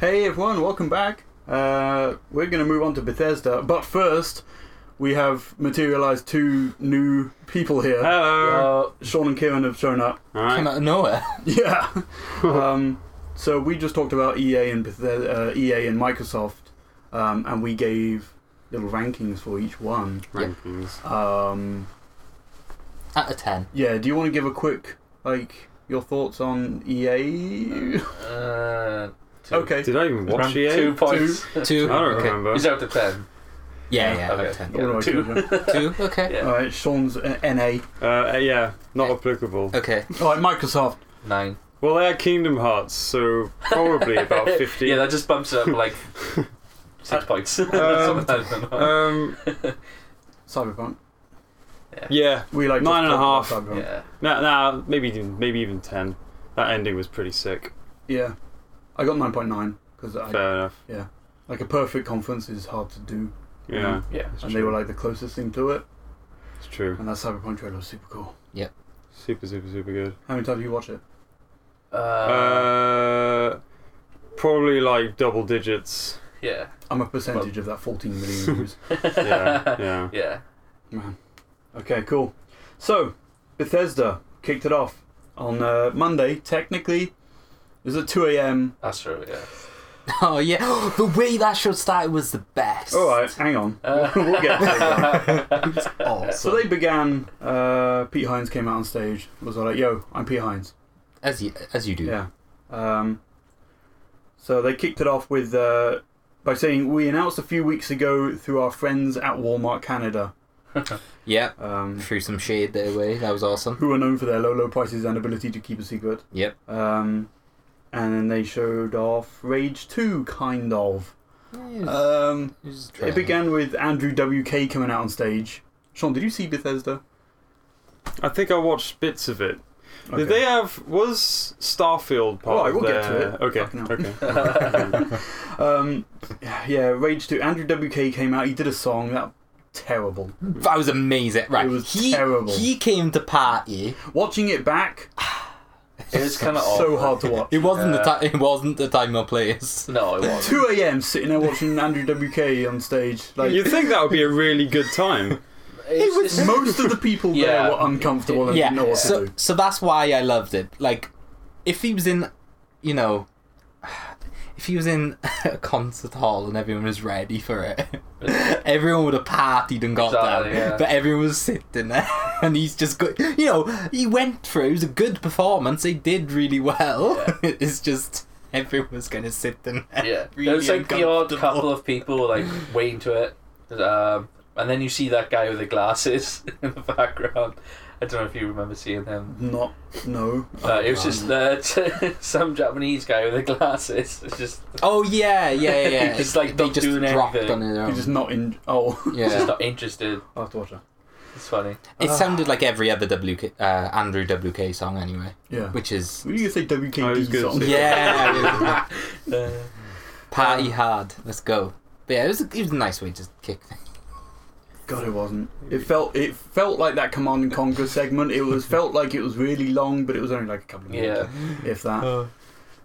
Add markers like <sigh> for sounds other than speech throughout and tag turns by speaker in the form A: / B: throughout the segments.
A: Hey everyone, welcome back. Uh, we're going to move on to Bethesda, but first, we have materialized two new people here.
B: Hello.
A: Uh, Sean and Kieran have shown up. <laughs>
B: All
C: Came
B: right.
C: out of nowhere.
A: Yeah. um, so we just talked about EA and Bethesda, uh, EA and Microsoft, um, and we gave little rankings for each one.
B: Rankings.
A: Um,
C: Out of ten.
A: yeah. Do you want to give a quick like your thoughts on E EA?
D: Uh, two.
A: okay.
B: Did I even watch EA?
D: Two points.
C: Two.
B: I don't
C: okay.
A: Um,
B: remember.
D: He's out of ten.
C: Yeah, yeah, out of
D: Okay.
C: ten.
A: What do I
D: Two.
A: give you?
C: Two. Okay.
D: <laughs> Yeah.
A: All right. Sean's uh, NA.
B: Uh, yeah, not applicable.
C: Okay.
A: All right. Microsoft.
D: Nine.
B: Well, they had Kingdom Hearts, so
A: <laughs>
B: probably about 50.
D: yeah, that just bumps it up like six points.
B: Um,
D: <laughs> Sometimes.
B: um,
A: Cyberpunk.
B: yeah,
A: We like
B: Nine
A: just
B: and a
A: talked
B: half.
A: about Cyberpunk.
D: yeah.
B: nah, nah, maybe even- maybe even 10. That ending was pretty sick.
A: Yeah. I got nine point nine because I
B: Fair enough.
A: like a perfect conference is hard to do,
B: Yeah,
D: Yeah.
B: it's
A: and they
B: true.
A: were like the closest thing to it,
B: it's true.
A: and that Cyberpunk trailer was super cool.
B: Super, super, super good.
A: How many times did you watch it?
D: Uh,
B: Uh, probably like double digits.
D: yeah.
A: I'm a percentage of that 14 million
B: <laughs>
A: views. <laughs>
B: Yeah, yeah.
D: Yeah.
A: Man. Okay, cool. So, Bethesda kicked it off on uh, Monday. Technically, is at 2 a.m.
D: That's true. Yeah.
C: Oh yeah. <gasps> the way that show started was the best.
A: All right, hang on.
B: Uh,
A: <laughs> we'll get to that.
B: <laughs>
C: Awesome.
A: <laughs> So they began. Uh, Pete Hines came out on stage. Was all like, "Yo, I'm Pete Hines."
C: as you as you do.
A: Yeah. Um, so they kicked it off with uh, by saying, "We announced a few weeks ago through our friends at Walmart Canada,
C: Yep.
A: um,
C: Threw some shade their way. That was awesome.
A: who are known for their low, low prices and ability to keep a secret."
C: Yep.
A: Um, and then they showed off Rage 2, kind of. Um,
C: It was
A: it
C: trying.
A: began with Andrew WK coming out on stage. Sean, did you see Bethesda?
B: I think I watched bits of it.
A: Okay.
B: Did they have was Starfield part?
A: All right,
B: of
A: we'll get to
B: their-
A: it. Fucking hell.
B: Okay, okay.
A: Um, yeah, Rage 2. Andrew WK came out, he did a song, that terrible.
C: That was amazing. Right.
A: It was
C: he,
A: terrible.
C: He came to party.
A: Watching it back,
D: It was kind of
A: so hard to watch.
C: It wasn't the
A: Uh,
D: Yeah.
C: time. <laughs> It wasn't the time or place.
D: No, it wasn't.
A: 2 a.m. sitting there watching Andrew WK on stage. Like,
B: You'd think that would be a really good <laughs> time.
D: It was
A: most of the people
D: Yeah.
A: there were uncomfortable and
C: Yeah.
A: didn't know what
C: so
A: to do.
C: so that's why I loved it. Like, if he was in, you know, if he was in <laughs> a concert hall and everyone was ready for it, <laughs> everyone would have partied and got
D: Exactly,
C: down.
D: yeah.
C: But everyone was sitting there, <laughs> and he's just good. You know, he went through. It was a good performance. They did really well. <laughs> it's just. Everyone was going to sit there.
D: Yeah,
C: really
D: it was like the odd
C: uncomfortable.
D: couple of people like waiting to it, um, and then you see that guy with the glasses <laughs> in the background. I don't know if you remember seeing him.
A: Not, no.
D: Uh, it was just that <laughs> some Japanese guy with the glasses. It's just
C: Oh yeah, yeah, yeah. yeah.
D: <laughs> It's like
C: they
D: not
C: just
D: doing
C: dropped
D: anything.
C: on their
A: You're
C: own.
A: just not in. Oh,
D: he's just <laughs>
C: yeah.
D: not interested.
A: Um, I'll have to watch that.
D: It's funny.
C: It sounded like every other WK uh, Andrew WK song anyway,
A: Yeah.
C: which is
A: Were you going to say
B: I was
A: WKD
B: gonna
A: song?
B: say-
C: yeah,
D: Uh,
C: party hard. Let's go. But yeah, it was it was a nice way to kick. things.
A: God, it wasn't. It felt it felt like that Command and Conquer segment. It was felt like it was really long, but it was only like a couple of minutes,
D: yeah,
A: if that.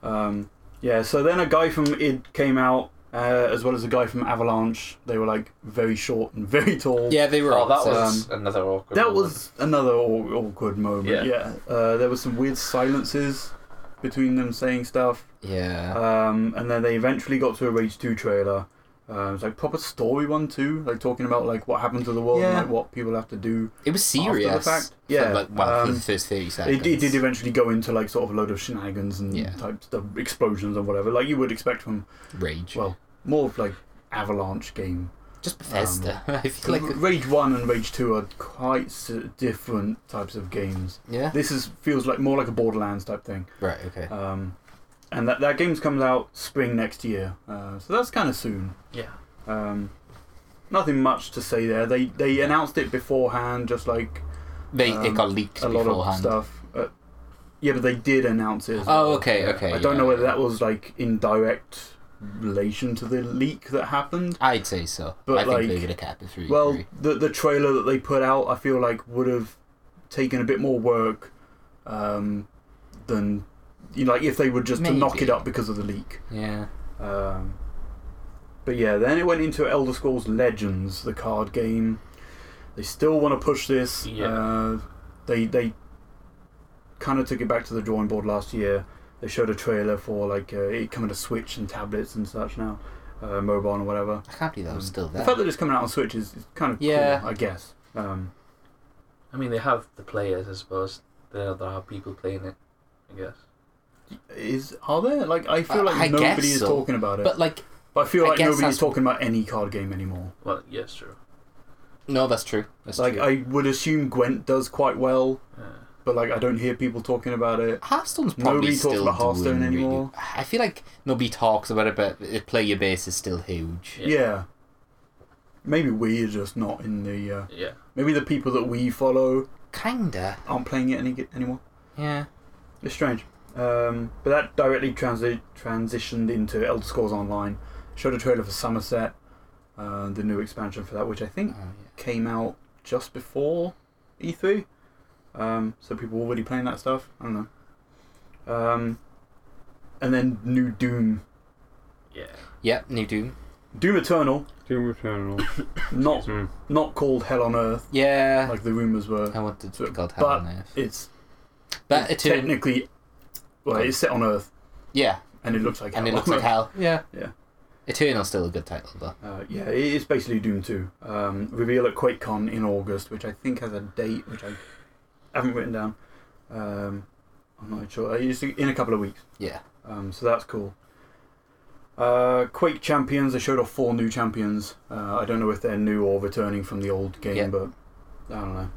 A: Um, yeah. So then a guy from id came out, uh, as well as a guy from Avalanche. They were like very short and <laughs> very tall.
C: Yeah, they were.
D: oh,
C: all
D: that
C: so-
D: was another awkward.
A: That
D: one.
A: was another aw- awkward moment.
D: Yeah.
A: Yeah. Uh, there was some weird silences between them saying stuff.
C: yeah.
A: Um, and then they eventually got to a Rage 2 trailer. Uh, it was like proper story one too, like talking about like what happened to the world and
C: Yeah.
A: like what people have to do.
C: it was serious.
A: fact,
C: for,
A: yeah,
C: like, well, for
A: um,
C: the first thirty seconds.
A: It, it did eventually go into like sort of a load of shenanigans and
C: Yeah.
A: types of explosions and whatever, like you would expect from
C: Rage.
A: well, um, more of like Avalanche game.
C: just Bethesda. <laughs> I feel like.
A: Rage One and Rage Two are quite s- different types of games.
C: Yeah.
A: This is feels like more like a Borderlands type thing.
C: Right. Okay.
A: Um, and that that game's comes out spring next year, uh, so that's kind of soon.
D: yeah.
A: Um, nothing much to say there. They they announced it beforehand, just like
C: They it
A: um,
C: got leaked
A: a lot of
C: beforehand.
A: stuff. Uh, yeah, but they did announce it. As
C: Oh,
A: well.
C: okay,
A: Yeah.
C: okay,
A: I don't
C: yeah.
A: know whether that was like in direct relation to the leak that happened.
C: I'd say so.
A: But,
C: I think
A: like,
C: they would have kept it through.
A: Well,
C: three.
A: the the trailer that they put out, I feel like would have taken a bit more work um, than you know, like if they were just to knock
C: Maybe.
A: it up because of the leak.
C: yeah.
A: Um, but yeah, then it went into Elder Scrolls Legends, the card game. They still want to push this.
D: Yeah.
A: Uh, they they kind of took it back to the drawing board last year. They showed a trailer for like uh, it coming to Switch and tablets and such now, uh, mobile and whatever.
C: I can't believe that was
A: Um,
C: still
A: The
C: there.
A: fact that it's coming out on Switch is, is kind of
C: Yeah.
A: cool, I guess. Um,
D: I mean, they have the players, I suppose. There there are people playing it, I guess.
A: is are there like I feel
C: Uh,
A: like
C: I guess
A: nobody is
C: so.
A: talking about it.
C: But like,
A: But I feel
C: I
A: like
C: guess
A: nobody's
C: that's-
A: talking about any card game anymore.
D: Well, yes, true.
C: no, that's true. That's
A: like
C: true.
A: I would assume Gwent does quite well,
D: Yeah.
A: but like I don't hear people talking about it.
C: Hearthstone's probably
A: Nobody
C: still
A: talks about Hearthstone
C: doing really-
A: anymore.
C: I feel like nobody talks about it, but the player base is still huge.
D: Yeah.
A: Yeah. Maybe we're just not in the. Uh,
D: yeah.
A: maybe the people that we follow
C: Kinda,
A: aren't playing it any anymore.
C: yeah.
A: It's strange. Um, but that directly transi- transitioned into Elder Scrolls Online. Showed a trailer for Somerset, uh, the new expansion for that, which I
C: Oh,
A: think
C: yeah.
A: came out just before E3. Um, so people were already playing that stuff. I don't know. Um, and then new Doom.
D: Yeah.
C: Yep, New Doom.
A: Doom Eternal,
B: Doom Eternal.
A: not
B: Hmm.
A: not called Hell on Earth
C: Yeah. Oh.
A: like the rumors were.
C: I want to
A: so-
C: God Hell on Earth.
A: It's
C: But
A: it's
C: it's a-
A: technically, well, it's set on Earth
C: yeah,
A: and it looks like
C: and it
A: Hell
C: looks
A: on
C: like
A: Earth.
C: hell. Yeah.
A: <laughs> Yeah.
C: Eternal's still a good title, though.
A: Uh, yeah, it- it's basically Doom 2. Um, reveal at QuakeCon in August, which I think has a date, which I haven't written down. Um, I'm not sure. It's in a couple of weeks.
C: Yeah.
A: Um, so that's cool. Uh, Quake Champions, they showed off four new champions. Uh, I don't know if they're new or returning from the old game,
C: Yeah.
A: but I don't know.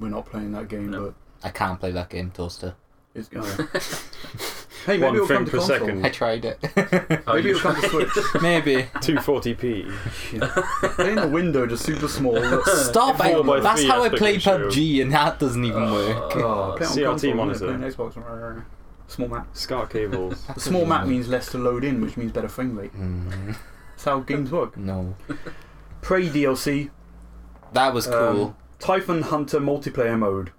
A: We're not playing that game,
D: No.
A: but
C: I can't play that game, Toaster.
A: it's going Hey, maybe
B: One
A: it'll
B: frame
A: come to
B: per
A: console.
B: second.
C: I tried it. <laughs>
D: Are
A: Maybe
D: you
A: it'll come to Switch.
C: Maybe.
B: 240p.
A: Playing the window just super small.
C: Stop! I,
A: Four by
C: that's
B: three
C: how I
B: aspect
C: play
B: ratio.
C: PUBG, and that doesn't even work.
A: Oh, play it on
B: CRT
A: console,
B: monitor.
A: Play on Xbox. Small map.
B: SCART cables.
A: The small map means less to load in, which means better frame rate.
C: Mm,
A: That's how games work.
C: no.
A: Prey DLC,
C: That was
A: Um,
C: cool.
A: Typhon Hunter multiplayer mode.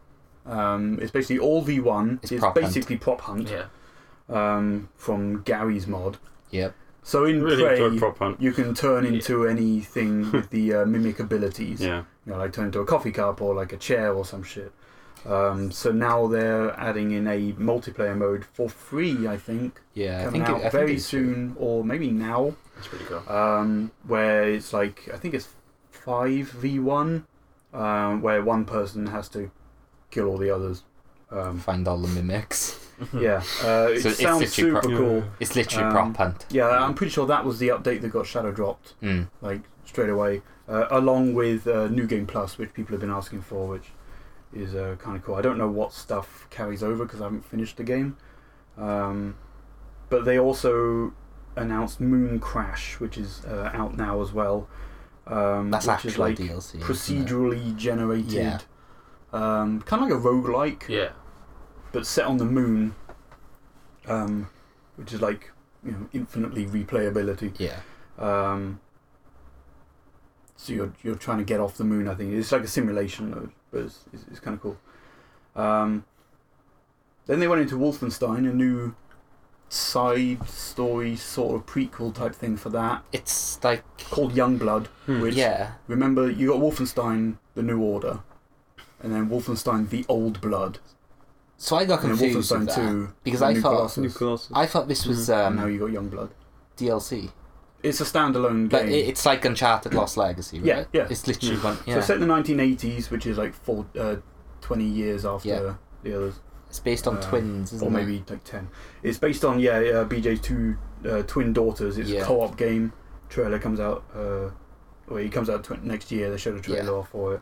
A: Um, it's basically all v1.
C: It's prop hunt.
A: basically prop hunt
D: yeah.
A: um, from Gary's mod.
C: yep.
A: So in
B: really enjoyed
A: Prey,
B: prop hunt.
A: you can turn
D: Yeah.
A: into
B: <laughs>
A: anything with the uh, mimic abilities.
B: Yeah.
A: You know, like turn into a coffee cup or like a chair or some shit. Um, so now they're adding in a multiplayer mode for free, I think,
C: Yeah. I
A: coming
C: think it, I
A: out
C: think
A: very
C: it's-
A: soon or maybe now.
D: That's pretty cool.
A: um, where it's like I think it's five v one, um, where one person has to kill all the others. Um,
C: Find all the mimics.
A: yeah, uh, it
C: So it's
A: sounds
C: literally
A: super
C: pro-
A: cool.
C: It's literally
A: Um,
C: prop hunt.
A: Yeah, I'm pretty sure that was the update that got shadow dropped
C: Mm.
A: like straight away, uh, along with uh, New Game Plus, which people have been asking for, which is uh, kind of cool. I don't know what stuff carries over because I haven't finished the game, um, but they also announced Moon Crash, which is uh, out now as well. Um,
C: That's
A: which is
C: actual
A: like
C: DLC. isn't it?
A: procedurally generated,
C: Yeah.
A: um, kind of like a roguelike,
D: Yeah.
A: but set on the moon, um, which is like you know infinitely replayability.
C: Yeah.
A: Um, so you're you're trying to get off the moon. I think it's like a simulation mode, but it's, it's, it's kind of cool. Um, then they went into Wolfenstein, a new side story sort of prequel type thing for that
C: It's like.
A: called Youngblood.
B: Hmm.
A: Which
C: Yeah.
A: remember you got Wolfenstein: The New Order, and then Wolfenstein: The Old Blood,
C: So I got
A: and then
C: confused with
A: Wolfenstein
C: that.
A: Two
C: because
A: the
C: I
A: New
C: thought-
A: Colossus.
B: New Colossus.
C: I thought this was
A: and now
C: um,
A: you got Youngblood.
C: DLC,
A: It's a standalone game.
C: but it, it's like Uncharted Lost Legacy, right?
A: Yeah, yeah. Mm-hmm.
C: It's
B: Hmm.
C: literally one. Yeah.
A: So set in the 1980s, which is like four, uh, 20 years after
C: Yeah.
A: the others,
C: it's based on
A: uh,
C: twins, isn't
A: or maybe like 10. It's based on yeah, uh, BJ's two uh, twin daughters. It's
C: Yeah.
A: a co-op game. Trailer comes out. Uh, well, it comes out tw- next year. They showed a trailer
C: Yeah.
A: for it.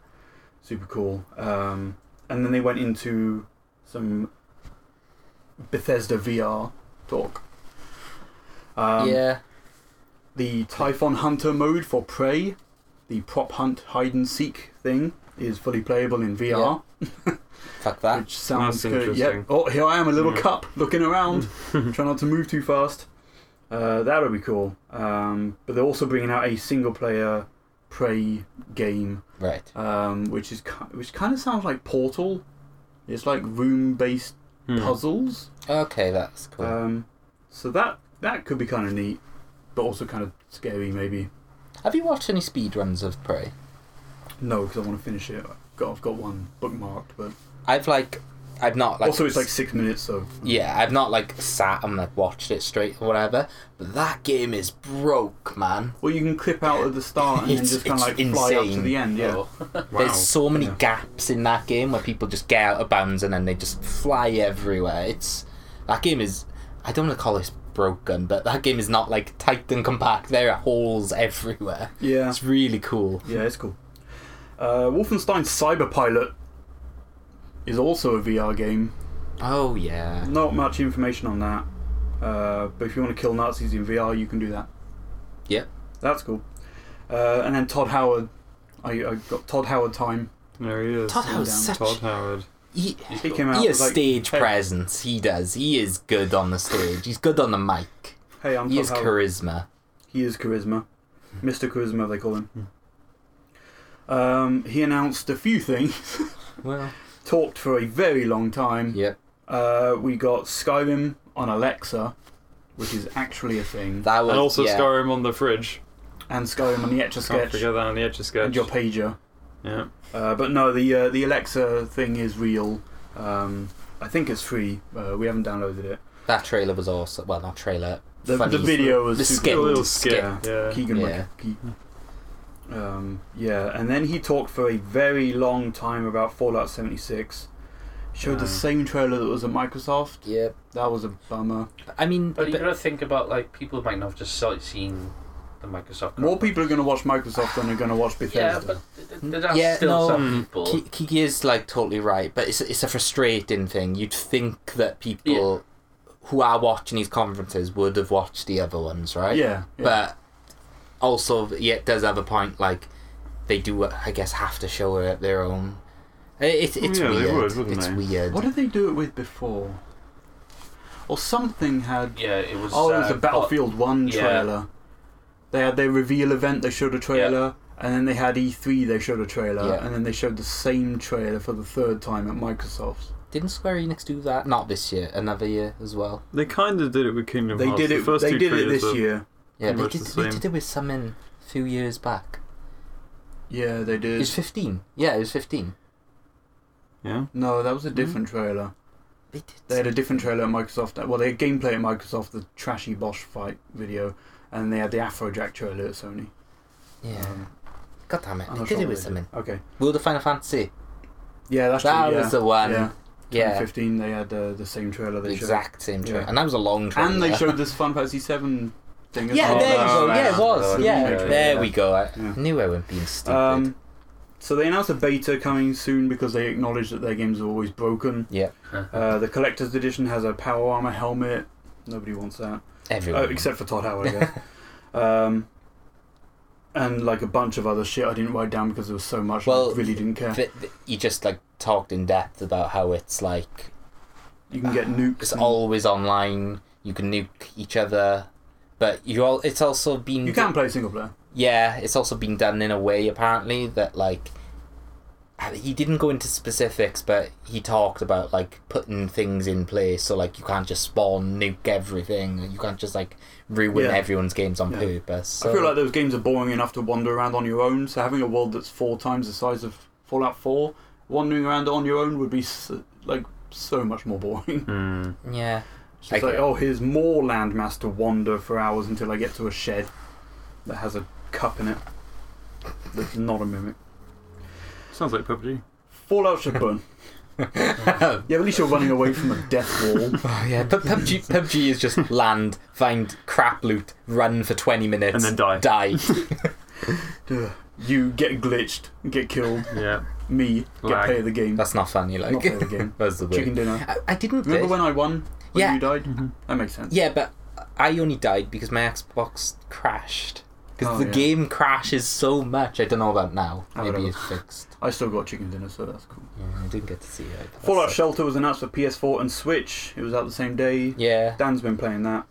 A: Super cool. Um, and then they went into some Bethesda VR talk.
C: it?
A: Um,
C: yeah.
A: the Typhon Hunter mode for Prey, the prop hunt hide and seek thing, is fully playable in VR,
C: Fuck that.
A: which sounds
B: That's
A: good.
B: interesting.
A: Yep. Oh, here I am, a little
B: Yeah.
A: cup, looking
B: <laughs>
A: around, trying not to move too fast. Uh, that would be cool. Um, but they're also bringing out a single-player Prey game,
C: Right.
A: um, which is ki- which kind of sounds like Portal. It's like room-based
B: Hmm.
A: puzzles. Uh,
C: Okay, that's cool.
A: Um, so that that could be kind of neat. but also kind of scary maybe.
C: Have you watched any speedruns of Prey?
A: No, because I want to finish it. I've got, I've got one bookmarked, but
C: I've like, I've not like.
A: also it's like six minutes, so
C: Yeah, I've not like sat and like watched it straight or whatever. But that game is broke, man.
A: Well, you can clip out at the start and then
C: It's-
A: just kind of
C: it's
A: like fly up to
C: insane. Oh.
A: the end. Yeah.
C: There's so many
A: Yeah.
C: gaps in that game where people just get out of bounds and then they just fly everywhere. It's that game is. I don't want to call this broken, but that game is not like tight and compact. There are holes everywhere.
A: Yeah.
C: It's really cool.
A: Yeah, it's cool. Uh, Wolfenstein Cyberpilot is also a VR game.
C: Oh yeah.
A: Not much information on that, uh, but if you want to kill Nazis in VR, you can do that.
C: Yep.
A: That's cool. Uh, and then Todd Howard. I, I got Todd Howard time.
B: There he is.
C: Todd Howard's
A: down.
C: such.
B: Todd Howard.
C: He,
A: He came out
C: he
A: was
C: has
A: like,
C: stage
A: hey,
C: presence. He does. He is good on the stage. He's good on the mic.
A: Hey, I'm
C: He
A: Todd
C: has
A: Howard.
C: charisma.
A: He is charisma.
C: Hmm.
A: Mr. Charisma, they call him. Um, he announced a few things, <laughs>
C: Well,
A: talked for a very long time.
C: yep.
A: Uh, we got Skyrim on Alexa, which is actually a thing,
C: That was
B: And also
C: yeah.
B: Skyrim on the fridge.
A: and Skyrim on the Etch a
B: Can't
A: Sketch
B: forget that on the edge of
A: and
B: sketch.
A: your pager.
B: Yeah.
A: Uh, but no, the uh, the Alexa thing is real. Um, I think it's free. Uh, we haven't downloaded it.
C: That trailer was awesome. Well, not trailer.
A: The,
C: funny-
A: the video was
C: the
A: super
C: skit.
B: A little
A: cool.
B: skit.
C: Skip.
B: Yeah.
A: Keegan
C: Yeah.
A: Michael Key. Um, yeah, and then he talked for a very long time about Fallout 76. Showed
B: Yeah.
D: Mm.
A: the same trailer that was at Microsoft.
C: Yep.
A: That was a bummer.
C: I mean,
D: But you
C: but-
D: gotta think about like people might not have just saw- seen the Microsoft.
A: More people are going to watch Microsoft than are going to watch
D: Yeah,
A: Bethesda.
D: but th- th- there are
C: Yeah,
D: still
C: no.
D: some
B: Mm.
D: people.
C: Ki- Kiki is like totally right, but it's it's a frustrating thing. You'd think that people who are watching these conferences would have watched the other ones, right?
A: yeah, yeah.
C: But also, yeah, it does have a point. Like they do, I guess, have to show it at their own. It, it's
B: Yeah, they
C: weird.
B: would, wouldn't
C: it's
B: they?
C: weird.
A: What did they do it with before? Or something had.
D: yeah, it was.
A: Oh, it was
D: uh,
A: the Battlefield 1
D: yeah.
A: trailer. They had their reveal event, they showed a trailer. And then they had E3, they showed a trailer.
C: Yeah.
A: And then they showed the same trailer for the third time at Microsoft's.
C: Didn't Square Enix do that? Not this year, another year as well.
B: They kind of did it with Kingdom
A: They
B: Hearts.
A: did
B: The
A: it.
B: first
A: They
B: two
A: did it
B: trailers
A: this
B: were-
A: year.
C: Yeah,
B: Pretty
C: they
B: much
C: did,
B: the same.
C: they did it with some in a few years back.
A: Yeah, they
C: It
A: did.
C: was 15. Yeah, it was 15.
B: Yeah.
A: no, that
C: Hmm?
A: was a different trailer.
C: They did.
A: They had a different trailer at Microsoft. Well, they had gameplay at Microsoft, the trashy Bosch fight video, and they had the Afrojack trailer at Sony.
C: yeah.
A: Um,
C: God damn it.
A: I'm
C: They
A: not
C: did
A: sure
C: it
A: what
C: with
A: they
C: some in.
A: Okay.
C: World of Final Fantasy.
A: Yeah, that's
C: That
A: true. yeah.
C: was the one.
A: Yeah.
C: Yeah.
A: 2015, they had uh, the same trailer
C: The
A: they
C: exact same trailer.
A: Yeah.
C: And that was a long
A: showed.
C: trailer.
A: And they showed this Final Fantasy 7 thing as
C: Yeah,
A: well.
D: Oh,
C: there you
D: that's
C: go.
D: right.
C: Yeah, it was.
A: The
C: Yeah,
A: remake trailer.
C: there we go. I
A: Yeah.
C: knew I wasn't being stupid.
A: Um, so they announced a beta coming soon because they acknowledge that their games are always broken.
C: yeah,
A: Uh, the collector's edition has a power armor helmet. Nobody wants that.
C: everyone.
A: Uh, except for Todd
C: <laughs>
A: Howard, I guess. um, and like a bunch of other shit I didn't write down because there was so much.
C: Well,
A: I really didn't care.
C: Th- th- you just like talked in depth about how it's like
A: You can get nukes.
C: it's
A: and-
C: always online. You can nuke each other, but you all. It's also been
A: you can play single player.
C: yeah, it's also been done in a way apparently that like uh, he didn't go into specifics, but he talked about like putting things in place. So like you can't just spawn nuke everything. You can't just like ruin
A: Yeah.
C: everyone's games on
A: Yeah.
C: purpose. So,
A: I feel like those games are boring enough to wander around on your own. So having a world that's four times the size of Fallout 4, wandering around on your own would be s like so much more boring.
B: Hmm.
C: yeah,
A: <laughs> It's
C: I
A: just like,
C: get-
A: oh, here's more landmass to wander for hours until I get to a shed that has a cup in it. That's not a mimic.
B: Sounds like PUBG.
A: Fallout should burn.
C: oh
A: Yeah, at least you're running away from a death wall.
C: yeah, Pub- PUBG, PUBG
A: <laughs>
C: is just land, find crap loot, run for twenty minutes,
B: And then die.
C: die.
A: Ugh. you get glitched, get killed. <laughs>
B: Yeah.
A: Me get
B: Lag.
A: play the game.
C: That's not funny. Like
A: not play the game.
C: <laughs> that's the
A: Chicken
C: way.
A: dinner.
C: I, I didn't.
A: Remember
C: play-
A: when I won? When
C: Yeah.
A: you died. That makes sense.
C: Yeah, but I only died because my Xbox crashed. Because
A: Oh,
C: the
A: yeah.
C: game crashes so much. I don't know about now.
A: Oh,
C: Maybe
A: whatever.
C: it's fixed.
A: I still got chicken dinner, so that's cool.
C: Yeah, I didn't get to see it. but that's
A: Fallout
C: it.
A: Shelter was announced for PS4 and Switch. It was out the same day. <laughs>
C: Yeah.
A: Dan's been playing that.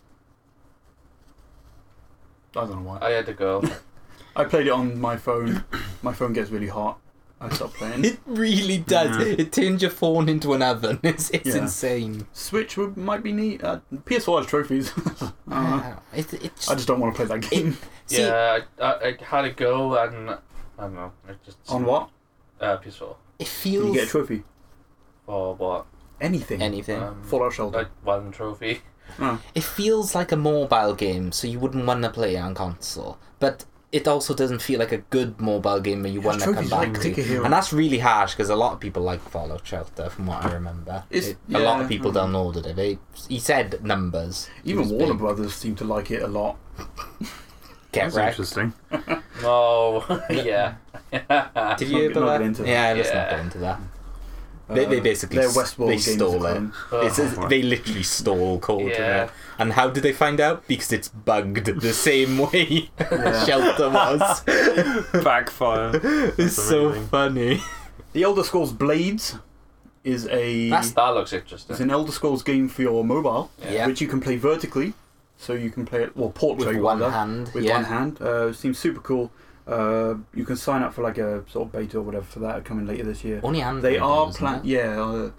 A: I don't know why.
D: I had to go.
A: <coughs> I played it on my phone. my phone gets really hot. I stopped playing.
C: <laughs> It really does.
B: Yeah.
C: It turns your phone into an oven. <laughs> It's, it's
A: Yeah.
C: insane.
A: Switch would, might be neat. Uh, PS4 has
C: <laughs>
A: trophies. <laughs> uh,
C: Wow. It, it just,
A: I just don't want to play that game.
C: see,
D: yeah, I, I, I had a go and I don't know. I just
A: On what?
D: Uh, PS4
C: it
A: Did you
C: feels
A: get a trophy?
D: or what?
A: Anything.
C: anything.
D: Um,
A: Fallout Shelter.
D: like one trophy. <laughs>
C: it feels like a mobile game, so you wouldn't want to play it on console. But it also doesn't feel like a good mobile game that you
A: Yeah,
C: want to come
A: trophies are
C: back
A: like
C: to.
A: Clicker Hero.
C: And that's really harsh because a lot of people like Fallout Shelter, from what I remember.
A: It's-
C: It- a lot
A: yeah,
C: of people
A: mm.
C: downloaded it. They, he said numbers.
A: Even
C: It was
A: Warner
C: big.
A: Brothers seem to like it a lot.
C: Get
B: That's
A: <laughs>
C: wrecked.
B: interesting.
D: <laughs> Oh yeah.
C: Did
A: not
C: you hear
A: get- not get
C: about that?
A: into that.
C: Yeah, let's not
D: Yeah.
C: get into that. They- they basically
A: Uh, their
C: s-
A: Westworld
C: they
A: games are
C: stole it.
A: coming.
C: It's
B: right.
C: they literally stole code
D: Yeah.
C: yeah. And how did they find out? Because it's bugged the same <laughs> way
A: Yeah.
C: Shelter was.
B: Backfire.
C: it's so
B: amazing.
C: funny.
A: The Elder Scrolls Blades is a
D: That's, that looks
A: is
D: interesting.
A: an Elder Scrolls game for your mobile,
C: Yeah.
A: which you can play vertically. So you can play it well portrait
C: With one hand.
A: with
C: yeah.
A: one hand. Uh, seems super cool. Uh, you can sign up for like a sort of beta or whatever for that coming later this year.
C: Only hand.
A: They
C: holding,
A: are
C: isn't
A: plan.
C: it?
A: Yeah, uh,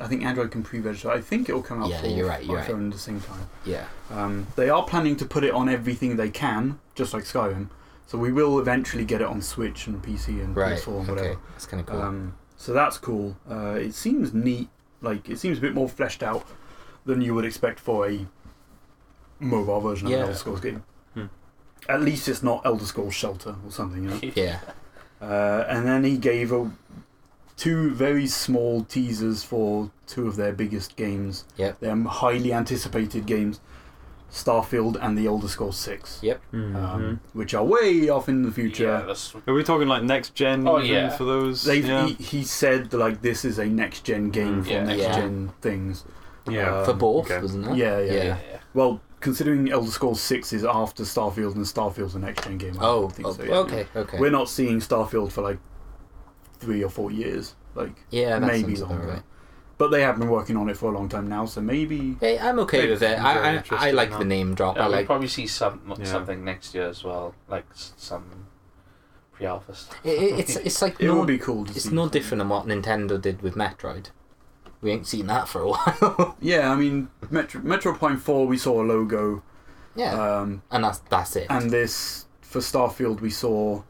A: I think Android can pre-register. I think it will come out
C: Yeah,
A: for
C: you're right, you're
A: iPhone
C: right.
A: at the same time.
C: Yeah.
A: Um, they are planning to put it on everything they can, just like Skyrim. So we will eventually get it on Switch and PC and
C: Right.
A: PS4 and whatever.
C: Okay. That's kind of cool.
A: Um, so that's cool. Uh, it seems neat. Like it seems a bit more fleshed out than you would expect for a mobile version of
C: Yeah.
A: an Elder Scrolls game.
B: Hmm.
A: At least it's not Elder Scrolls Shelter or something. You know?
C: yeah.
A: uh, and then he gave a, two very small teasers for two of their biggest games.
C: Yep.
A: Their highly anticipated games, Starfield and The Elder Scrolls Six.
B: Mm-hmm.
A: Um,
C: Mm-hmm.
A: which are way off in the future.
D: Yeah, that's
B: Are we talking like next gen?
D: Oh,
B: even
D: yeah.
B: For those.
A: They've,
B: yeah.
A: he, he said like this is a next gen game
B: Mm.
A: for
D: Yeah.
A: next
C: Yeah.
A: gen things.
B: yeah.
A: um,
C: For both,
B: okay.
C: wasn't
A: Yeah
C: it?
A: yeah, yeah,
C: Yeah.
D: yeah.
A: Well, considering Elder Scrolls Six is after Starfield and Starfield's a next gen game. I
C: Oh.
A: think
C: oh,
A: so, yeah.
C: Okay. Okay.
A: We're not seeing Starfield for like three or four years, like,
C: yeah. That
A: maybe
C: sounds about
A: longer.
C: right.
A: but they have been working on it for a long time now, so maybe.
C: Hey, I'm okay
B: Maybe
C: with it.
B: it's very
C: I I, I
B: interesting
C: like
B: now.
C: the name drop.
D: Yeah,
C: I
D: we'll
C: like.
D: probably see some
B: Yeah.
D: something next year as well, like s- some pre-alpha stuff.
C: <laughs> It, it- it's it's like
A: It
C: no
A: would be cool to
C: It's
A: see.
C: no different than what Nintendo did with Metroid. We ain't seen that for a <laughs> while.
A: Yeah, I mean, Metro, Metro Prime Four, we saw a logo,
C: yeah,
A: um,
C: and that's that's it.
A: and this for Starfield, we saw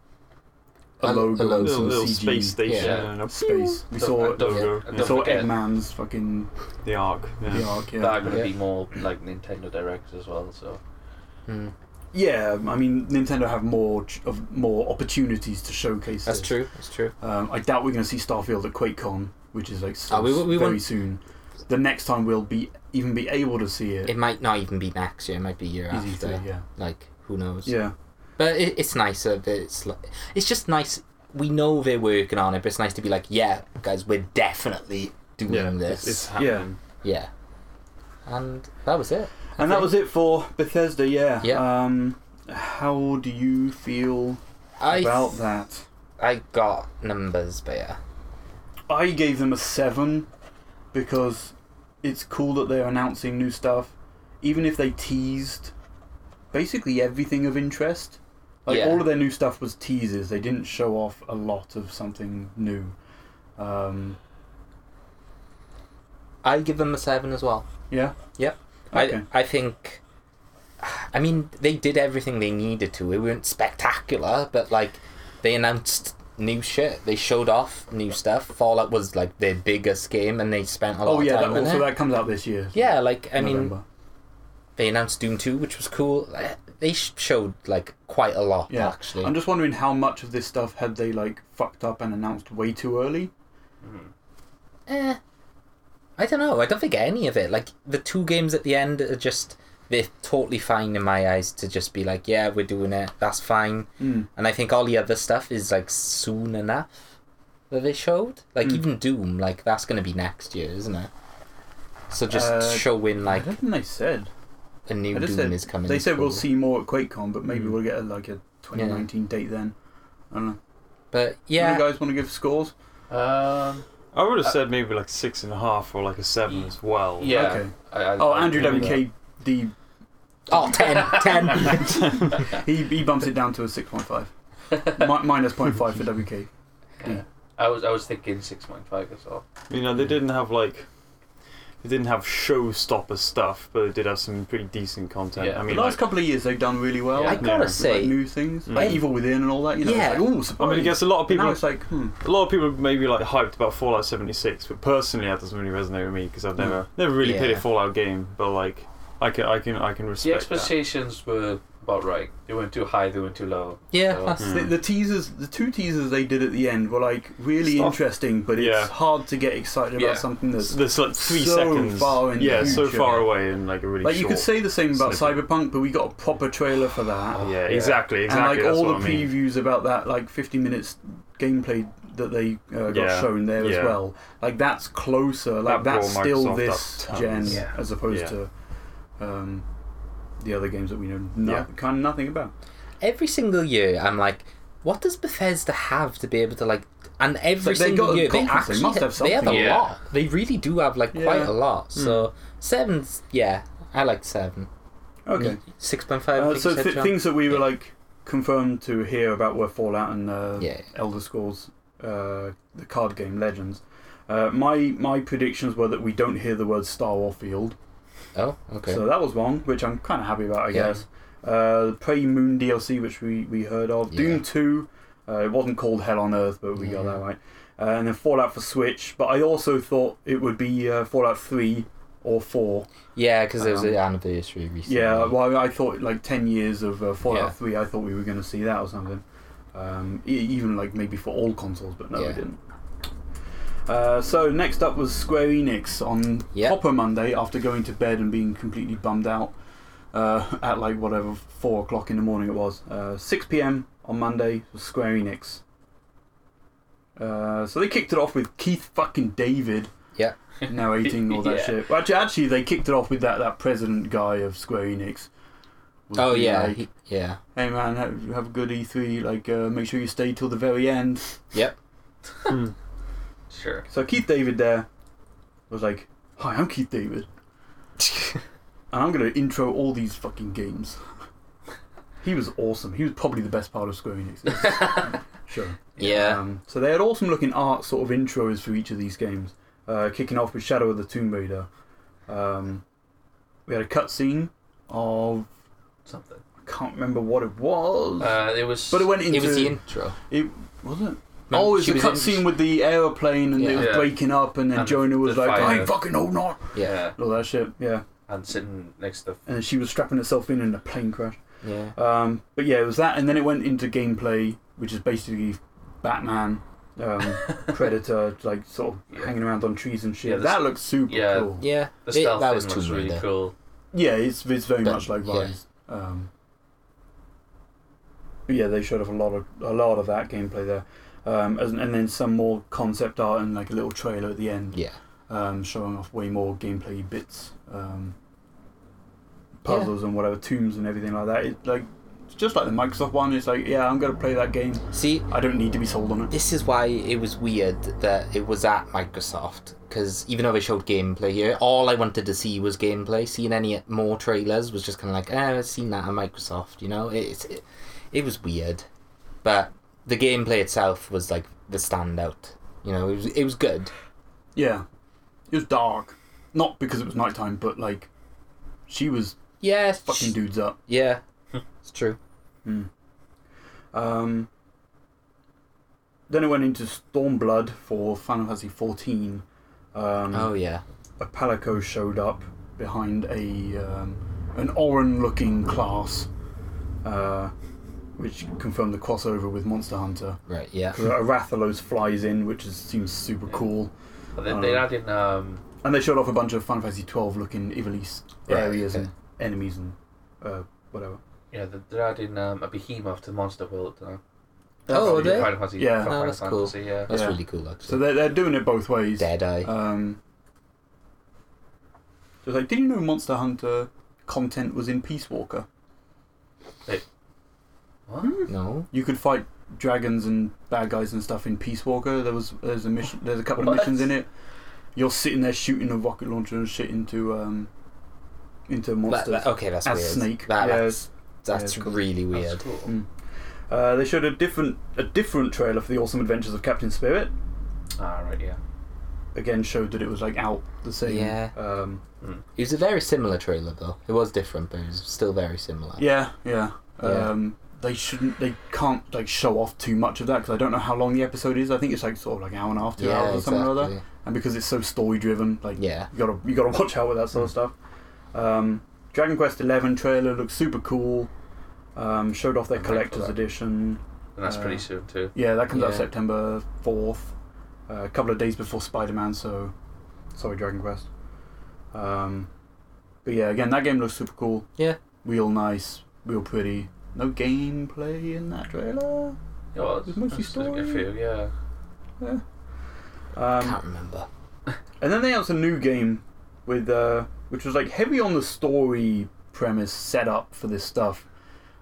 A: a,
C: A- a
A: logo,
C: logo.
A: and
B: little,
A: some
B: little
A: CG.
B: space station
D: Yeah.
B: and a,
A: space. We
D: Don't-
A: saw
D: I don't-
B: logo,
D: I
B: yeah.
A: we
D: don't
A: saw
D: forget
A: Eggman's fucking
B: the arc. Yeah.
A: the arc.
D: That are
A: Yeah.
D: going to
C: Yeah.
D: be more like Nintendo Directs as well. So
C: Hmm,
A: yeah, I mean Nintendo have more ch- of more opportunities to showcase.
C: that's
A: this.
C: true. That's true.
A: Um, I doubt we're going to see Starfield at QuakeCon, which is like so,
C: Oh, we- we
A: very
C: won't-
A: soon. The next time we'll be even be able to see it.
C: It might not even be next year. It might be year
A: is
C: after.
A: E3, yeah,
C: Like who knows?
A: yeah,
C: But it, it's nicer. That it's li- it's just nice. We know they're working on it, but it's nice to be like, yeah, guys, we're definitely doing
B: It's,
C: this.
B: it's
A: Yeah.
B: happening.
C: yeah, and that was it.
A: and that was it for Bethesda. Yeah.
C: Yeah.
A: Um, how do you feel
C: I
A: about that?
C: I got numbers better.
A: I gave them a seven because it's cool that they're announcing new stuff, even if they teased basically everything of interest. Like
C: Yeah.
A: all of their new stuff was teasers. They didn't show off a lot of something new. Um,
C: I give them a seven as well.
A: yeah.
C: Yep.
A: Okay.
C: I I think. I mean, they did everything they needed to. It weren't spectacular, but like, they announced new shit. They showed off new stuff. Fallout was like their biggest game, and they spent a lot
A: Oh
C: of
A: yeah. That,
C: time on
A: also,
C: it.
A: that comes out this year.
C: yeah, like I mean,
A: November.
C: they announced Doom Two, which was cool. Uh, They sh- showed like quite a lot
A: Yeah.
C: actually.
A: I'm just wondering how much of this stuff had they like fucked up and announced way too early.
C: eh, I don't know. I don't think any of it. Like the two games at the end are just they're totally fine in my eyes to just be like, yeah, we're doing it. That's fine.
A: Mm.
C: And I think all the other stuff is like soon enough that they showed. Like
A: Hmm.
C: even Doom, like that's gonna be next year, isn't it? So just
A: Uh,
C: showing like
A: I don't think they said.
C: a new
A: I
C: Doom
A: just said-
C: is coming.
A: They
C: is
A: said we'll
C: cool.
A: see more at QuakeCon, but maybe
C: Mm.
A: we'll get a, like a 2019 date then. I don't know.
C: But
A: Yeah.
C: yeah,
A: you guys want to give scores?
D: um,
B: I would have said maybe like six and a half or like a seven as well.
D: yeah.
A: Okay.
D: I, I,
A: Oh,
D: I
A: Andrew
D: agree with
A: WKD,
C: oh 10,
A: <laughs>
C: 10.
B: <laughs>
A: he, he bumps it down to a 6.5. Mi- minus 0.5 for WK.
D: that. I was I was thinking six point five as well.
B: You know, they didn't have like they didn't have showstopper stuff, but they did have some pretty decent content.
D: Yeah.
B: I
A: The
B: mean,
A: last
B: like,
A: couple of years they've done really well.
D: Yeah.
C: I
A: Like,
C: gotta
B: Yeah.
A: like
C: say,
A: new things,
B: Mm.
A: like Evil Within and all that. You know, it's like,
C: Yeah.
A: ooh,
B: I mean, I
A: surprise.
B: guess a lot of
A: now
B: people,
A: it's like, hmm,
B: a lot of people maybe like hyped about Fallout 76, but personally, that doesn't really resonate with me because I've never never really played a
C: Yeah.
B: Fallout game. But like, I can I can I can
D: The
B: respect that.
D: expectations were about right. They weren't too high. They weren't too low.
C: yeah,
D: So-
C: that's,
B: Mm.
A: the, the teasers, the two teasers they did at the end were like really
B: Stuff.
A: interesting, but it's
B: Yeah.
A: hard to get excited
D: Yeah.
A: about something that's
B: There's like three
A: so
B: seconds,
A: far in the
B: yeah, so
A: future.
B: far away and like a really
A: like
B: short.
A: you could say the same about
B: snippet.
A: Cyberpunk, but we got a proper trailer for that.
B: yeah,
D: Yeah.
B: exactly, exactly.
A: and like
B: that's
A: all the
B: what I mean.
A: previews about that like 50 minutes gameplay that they uh, got
B: Yeah.
A: shown there
B: Yeah.
A: as well like that's closer like
B: That brought
A: that's still
B: Microsoft
A: this
B: up tons.
A: gen
D: Yeah.
A: as opposed
B: Yeah.
A: to um, the other games that we know no-
B: Yeah.
A: kind of nothing about
C: every single year I'm like, what does Bethesda have to be able to like? And every
A: Like, they
C: single
A: got a
C: year they
A: conference, they
C: actually
A: must have
C: they have a
A: something.
D: Yeah.
C: lot. They really do have like quite
A: Yeah. Hmm.
C: a lot. So seven's yeah, I like seven.
A: okay
C: six point five.
A: uh, so th- things that we were
C: Yeah.
A: like confirmed to hear about were Fallout and uh,
C: yeah,
A: Elder Scrolls, uh, the card game Legends. Uh, my my predictions were that we don't hear the word Star Warfield,
C: Oh, okay.
A: so that was one which I'm kind of happy about, I
C: Yeah.
A: guess. Uh, the Prey Moon DLC, which we, we heard of,
C: Yeah.
A: Doom Two. Uh, it wasn't called Hell on Earth, but we got
C: Yeah.
A: that right. Uh, and then Fallout for Switch, but I also thought it would be uh, Fallout Three or Four.
C: yeah, because there was an
A: um,
C: anniversary recently.
A: Yeah, well, I thought like ten years of uh, Fallout
C: Yeah.
A: Three. I thought we were going to see that or something. Um, e- even like maybe for all consoles, but no,
C: Yeah.
A: we didn't. Uh, so next up was Square Enix on
C: Yep.
A: Proper Monday after going to bed and being completely bummed out uh, <laughs> at like whatever four o'clock in the morning it was. Uh, Six p.m. on Monday was Square Enix. Uh, so they kicked it off with Keith fucking David narrating all that
D: Yeah.
A: shit. Well, actually, actually, they kicked it off with that, that president guy of Square Enix. Was
C: oh
A: being
C: yeah,
A: like,
C: he- yeah,
A: hey man, have, have a good E3. Like, uh, make sure you stay till the very end.
B: Hmm.
D: Sure.
A: So Keith David there was like, "Hi, I'm Keith
C: <laughs>
A: David, and I'm gonna intro all these fucking games." he was awesome. He was probably the best part of Square Enix.
C: <laughs>
A: sure.
C: yeah.
A: Um, so they had awesome looking art sort of intros for each of these games, uh, kicking off with Shadow of the Tomb Raider. Um, we had a cutscene of
D: Something.
A: I can't remember what it
C: Mm.
A: was,
D: Uh, it was.
A: but it went into
C: it was the intro.
A: was it? Oh, it was
C: She
A: a cutscene with the airplane and it
C: Yeah.
A: was
D: Yeah.
A: breaking up, and then
D: And
A: Jonah was
D: the
A: like,
D: fire.
A: "I ain't fucking holding on,"
C: Yeah,
A: and all that shit. Yeah,
D: and sitting next to
A: and then she was strapping herself in, and a plane crashed.
C: yeah.
A: Um, but yeah, it was that, and then it went into gameplay, which is basically Batman,
D: <laughs>
A: um, Predator, like sort of
D: Yeah.
A: hanging around on trees and shit.
D: Yeah, the
A: that looks super
D: yeah.
A: cool. Yeah,
C: Yeah,
D: the
C: It-
D: stealth
C: that
D: thing
C: was
D: looks
C: Tomb
D: really
C: Raider.
D: cool.
A: it's it's very
C: But-
A: much like
C: yeah.
A: Rise. Um, but yeah, they showed off a lot of a lot of that gameplay there, um, and, and then some more concept art and like a little trailer at the end,
C: Yeah,
A: um, showing off way more gameplay bits, um, puzzles and whatever tombs and everything like that. It like. it's Just like the Microsoft one, it's like, yeah, I'm gonna play that game.
C: see,
A: I don't need to be sold on it.
C: this is why it was weird that it was at Microsoft because even though they showed gameplay here, all I wanted to see was gameplay. Seeing any more trailers was just kind of like, eh, I've seen that at Microsoft. You know, it, it it was weird, but the gameplay itself was like the standout. You know, it was it was good.
A: Yeah. It was dark. Not because it was nighttime, but like she was
C: Yeah,
A: fucking Hmm.
C: sh-
A: dudes up.
C: yeah, it's true.
A: Um then it went into Stormblood for Final Fantasy fourteen. Um
C: Oh yeah,
A: a Palico showed up behind a um, an Oran looking class. Uh which confirmed the crossover with Monster
C: <laughs>
A: Hunter.
C: right, yeah,
A: 'Cause A Rathalos flies in, which is, seems super cool.
D: But then they
A: Um,
D: added um,
A: And they showed off a bunch of Final Fantasy twelve looking Ivalice
C: Right,
A: areas
C: okay.
A: and enemies and uh, whatever.
D: yeah, they- they're adding um, a behemoth to Monster World. Now.
C: Oh,
A: Uh,
C: are they?
D: Final Fantasy.
A: Yeah.
D: Final
C: Oh, that's cool.
D: Fantasy, yeah.
C: that's
A: yeah.
C: really cool actually.
A: So they're, they're doing it both ways.
C: Deadeye.
A: Um, so it's like, did you know Monster Hunter content was in Peace Walker?
C: no.
A: You could fight dragons and bad guys and stuff in Peace Walker. There was there's a mission. There's a couple
D: What?
A: of missions in it. You're sitting there shooting a rocket launcher and shit into um into
C: That-
A: monsters.
C: that- oh. okay, that's
A: As
C: weird.
A: Snake.
C: That,
A: Yeah,
C: that's that's
A: yeah, it's
C: really
D: That's
C: weird.
D: cool.
A: Mm. Uh, they showed a different a different trailer for the Awesome Adventures of Captain Spirit.
D: Ah, right, yeah.
A: Again, showed that it was like out the same.
C: Yeah.
A: Um,
D: Mm.
C: It was a very similar trailer though. It was different, but it was still very similar.
A: yeah. Yeah.
C: Yeah.
A: Um, they shouldn't. They can't like show off too much of that because I don't know how long the episode is. I think it's like sort of like an hour and a half, two
C: Yeah,
A: hours or something or other.
C: exactly.
A: And because it's so story driven, like
C: Yeah.
A: you gotta you gotta watch out with that
D: Hmm.
A: sort of stuff. Um, Dragon Quest Eleven trailer looks super cool. Um, showed off their
D: I'm hyped for
A: collector's
D: that.
A: edition.
D: And that's pretty
A: Uh,
D: soon, too.
A: Yeah, that comes out
C: Yeah.
A: September fourth, uh, a couple of days before Spider Man. So, sorry, Dragon Quest. Um, but yeah, again, that game looks super cool.
C: Yeah.
A: real nice, real pretty. No gameplay in that trailer.
D: Yeah, well,
A: It's mostly
D: that's a good
A: story.
D: few, yeah.
A: Um,
C: Can't remember.
A: and then they announced a new game with uh, which was like heavy on the story premise setup for this stuff.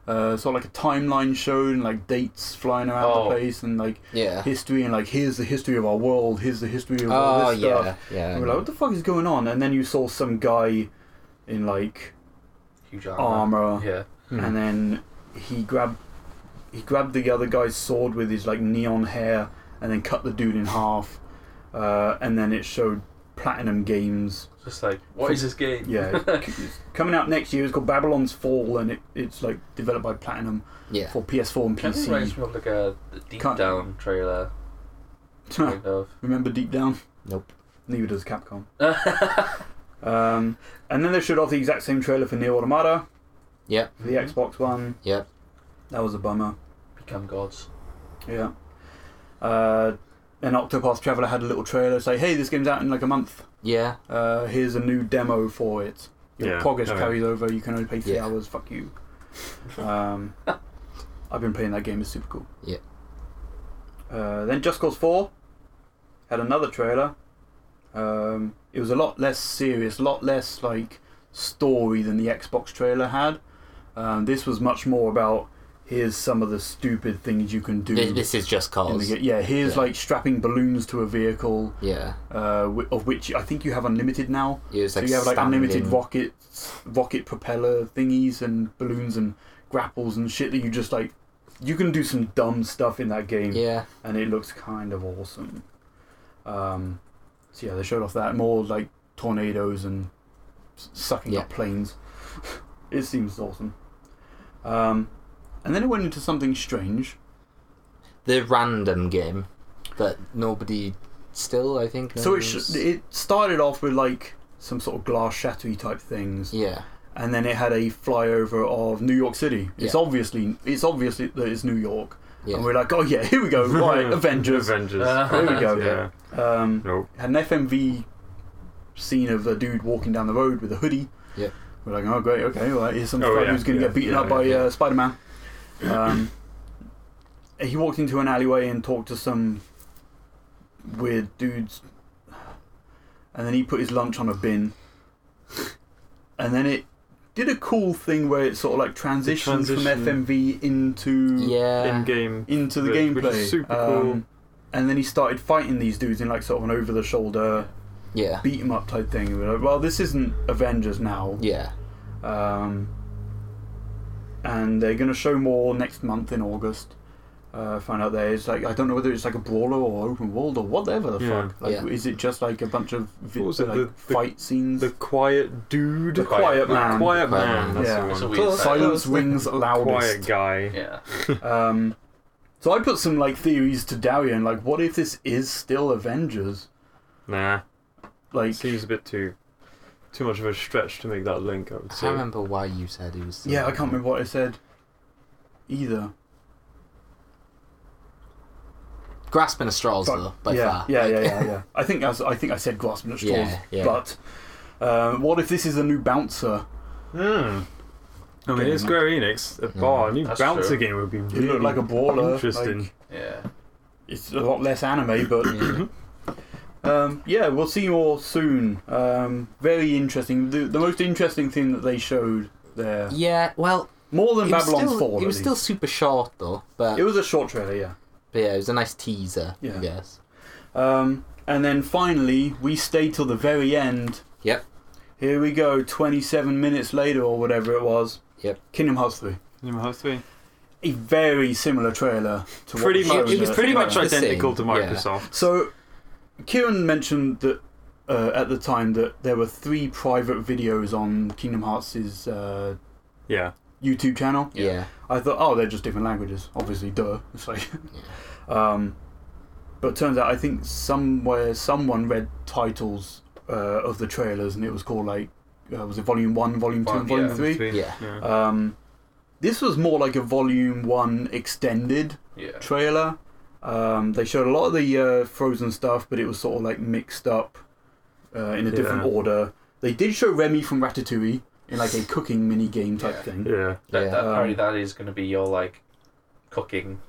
A: Uh, sort of like a timeline shown, like dates flying around
D: Oh.
A: the place, and like
C: Yeah.
A: history, and like here's the history of our world, here's the history of all
C: Oh
A: this stuff.
C: yeah, yeah.
A: And we're like, what the fuck is going on? And then you saw some guy in like
D: Huge armor.
A: armor,
D: Uh-huh. Yeah.
C: Hmm.
A: and then he grabbed he grabbed the other guy's sword with his like neon hair, and then cut the dude in half. Uh, and then it showed Platinum Games.
D: Just like, what
A: For-
D: is this game?
A: Yeah, it's coming out next year. It's called Babylon's Fall, and it, it's like developed by Platinum
C: yeah.
A: for PS4 and
D: Kind of reminds
A: <laughs> PC.
D: me of like a the Deep
A: Can't-
D: Down trailer, kind of.
A: Remember Deep Down?
C: Nope.
A: Neither does Capcom. Um, and then they showed off the exact same trailer for Near Automata.
C: Yep.
A: The Xbox One.
C: Yep.
A: That was a bummer.
D: Become gods.
A: Yeah. Uh, an Octopath Traveler had a little trailer say, "Hey, this game's out in like a month.
C: Yeah.
A: Uh, here's a new demo for it. Your
B: Yeah,
A: progress
B: okay.
A: carries over. You can only play three
C: Yeah.
A: hours. Fuck
B: <laughs>
A: you." Um, I've been playing that game. It's super cool.
C: Yeah.
A: Uh, then Just Cause Four had another trailer. Um, it was a lot less serious, a lot less like story than the Xbox trailer had. Um, this was much more about here's some of the stupid things you can do.
C: This, this is just
A: In the
C: cause.
A: ga- yeah, here's
C: Yeah.
A: like strapping balloons to a vehicle,
C: Yeah.
A: uh, whi- of which I think you have unlimited now.
C: It was
A: So
C: like
A: you have like unlimited
C: standing-
A: rockets, rocket propeller thingies, and balloons and grapples and shit that you just like. You can do some dumb stuff in that game,
C: Yeah.
A: and it looks kind of awesome. Um, so yeah, they showed off that more like tornadoes and s- sucking
C: Yeah.
A: up planes. <laughs> it seems awesome. Um, and then it went into something strange.
C: The random game that nobody still I think.
A: So it,
C: knows.
A: sh- it started off with like some sort of glass shattery type things,
C: Yeah.
A: and then it had a flyover of New York City. It's
C: Yeah.
A: obviously it's obviously that it's New York,
C: Yeah.
A: and we're like, oh yeah, here we go, <laughs>
B: <laughs>
C: <laughs>
A: right, Avengers.
B: Hmm. Avengers.
D: Uh,
A: Here we go.
B: Yeah.
A: Um,
B: Nope.
A: had an FMV scene of a dude walking down the road with a hoodie.
C: Yeah.
A: We're like, oh great, okay, well, here's some
B: Oh,
A: fucker
B: yeah,
A: who's going to
B: yeah,
A: get beaten
B: yeah,
A: up by
C: yeah.
A: uh, Spider Man. Um, <coughs> he walked into an alleyway and talked to some weird dudes, and then he put his lunch on a bin, and then it did a cool thing where it sort of like transitioned
B: transition.
A: from FMV into
C: Yeah.
B: In game.
A: into the
B: Which-
A: gameplay. Um,
B: which is super cool.
A: And then he started fighting these dudes in like sort of an over the shoulder
C: Yeah.
A: beat 'em up type thing. We're like, well, this isn't Avengers now.
C: Yeah.
A: Um, and they're going to show more next month in August. Uh, find out there. It's like I don't know whether it's like a brawler or open world or whatever the
B: Yeah.
A: fuck. Like,
C: Yeah.
A: is it just like a bunch of vi-
B: What was it,
A: like
B: the- the-
A: fight scenes?
B: The Quiet Dude.
A: The Quiet Man.
B: Quiet
C: Quiet
B: Man.
C: Man.
B: That's
A: Yeah.
B: the one.
D: It's a weird title.
A: Silence wings loudest.
B: Quiet Guy.
D: Yeah.
A: <laughs> Um, so I put some like theories to Darian. Like, what if this is still Avengers?
B: Nah.
A: Like,
B: It seems a bit too too much of a stretch to make that link, I would
C: I
B: say.
C: can't remember why you said it was. um, still-
A: Yeah, I can't remember what I said either.
C: Grasping at straws
A: Fuck.
C: though, by
A: yeah,
C: far.
A: yeah, yeah,
C: Like- <laughs>
A: yeah, yeah. I think I, was, I think I said grasping at straws.
C: Yeah, yeah.
A: But um, what if this is a new bouncer?
B: Hmm. I mean,
A: Game.
B: it's Square Enix. A
C: Hmm.
B: bar, a new
D: That's
B: bouncer
D: true.
B: game would be
A: It
B: really
A: looked like a brawler.
B: interesting.
A: like,
D: Yeah.
A: it's a lot less anime, but
C: Yeah.
A: <coughs> um, yeah, we'll see more soon. Um, very interesting. The, the most interesting thing that they showed there,
C: Yeah, well,
A: more than
C: it was,
A: Babylon's
C: still,
A: Fall.
C: it
A: at
C: was still
A: least.
C: super short though, but,
A: It was a short trailer, yeah.
C: but yeah, it was a nice teaser,
A: Yeah.
C: I guess.
A: Um, and then finally, we stay till the very end.
C: Yep.
A: Here we go, 27 minutes later or whatever it was.
C: Yep.
A: Kingdom Hearts 3.
B: Kingdom Hearts 3.
A: a very similar trailer to what
B: pretty
A: was
B: much,
A: shown
B: it was
A: at-
B: pretty much
C: the same,
B: identical to
C: yeah.
B: Microsoft.
A: So, Kieran mentioned that uh, at the time that there were three private videos on Kingdom Hearts' uh,
B: Yeah.
A: YouTube channel.
C: Yeah.
A: I thought, oh, they're just different languages. Obviously, duh. It's like, <laughs> um, but it turns out I think somewhere someone read titles uh, of the trailers, and it was called like, uh, was it Volume One, Volume Two,
D: One,
A: and Volume
D: yeah.
A: Three?
C: Yeah.
B: Yeah.
A: Um, this was more like a Volume One extended
D: Yeah.
A: trailer. Um, they showed a lot of the uh, Frozen stuff, but it was sort of like mixed up uh, in a different
B: Yeah.
A: order. They did show Remy from Ratatouille in like a cooking mini game type
D: Yeah.
A: thing.
B: Yeah.
D: That,
C: Yeah.
D: that, apparently
A: Um,
D: that is going to be your like cooking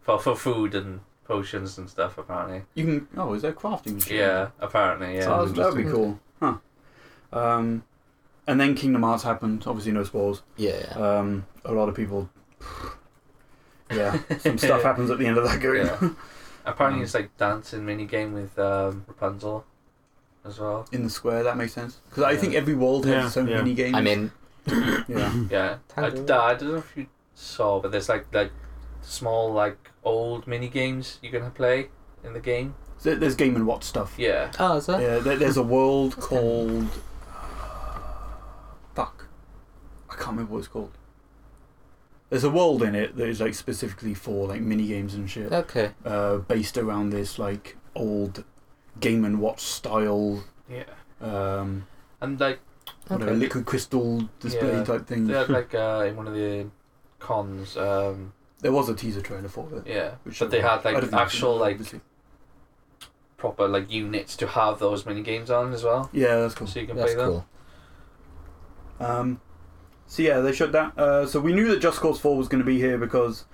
D: for for food and potions and stuff. Apparently,
A: You can oh, is there crafting? machine?
D: yeah. Apparently, yeah.
A: Oh,
B: Sounds
A: that'd be cool.
C: interesting.
A: Huh. Um, and then Kingdom Hearts happened. Obviously, no spoilers.
C: Yeah.
A: Um, a lot of people. <sighs> Yeah, some
D: <laughs>
A: stuff happens at the end of that game. <laughs>
D: Yeah. Apparently,
A: Um,
D: it's like dancing mini game with um, Rapunzel as well.
A: In the square, that makes sense because I
D: Yeah.
A: think every world has
B: Yeah,
A: its own
B: yeah.
A: mini game.
C: I mean,
A: yeah,
D: <laughs> Yeah, I, I don't know if you saw, but there's like like small like old mini games you can play in the game.
A: so there's game and watch stuff.
D: Yeah,
C: oh, is that?
A: Yeah, there, there's a world called. uh, Fuck, I can't remember what it's called. There's a world in it that is like specifically for like mini games and shit.
C: Okay.
A: uh, based around this like old Game and Watch style,
D: yeah,
A: um,
D: and like
A: whatever,
C: Okay.
A: liquid crystal display
D: Yeah.
A: type thing.
D: they had like uh, in one of the cons. Um,
A: There was a teaser trailer for it,
D: yeah,
A: which
D: but they had
A: I don't
D: like
A: think I've
D: actual
A: seen it,
D: like
A: obviously.
D: proper like units to have those mini games on as well,
A: yeah, that's cool.
D: so you can
C: That's
D: play them.
C: cool.
A: Um, so yeah, they shut down. Uh, so we knew that Just Cause Four was going to be here because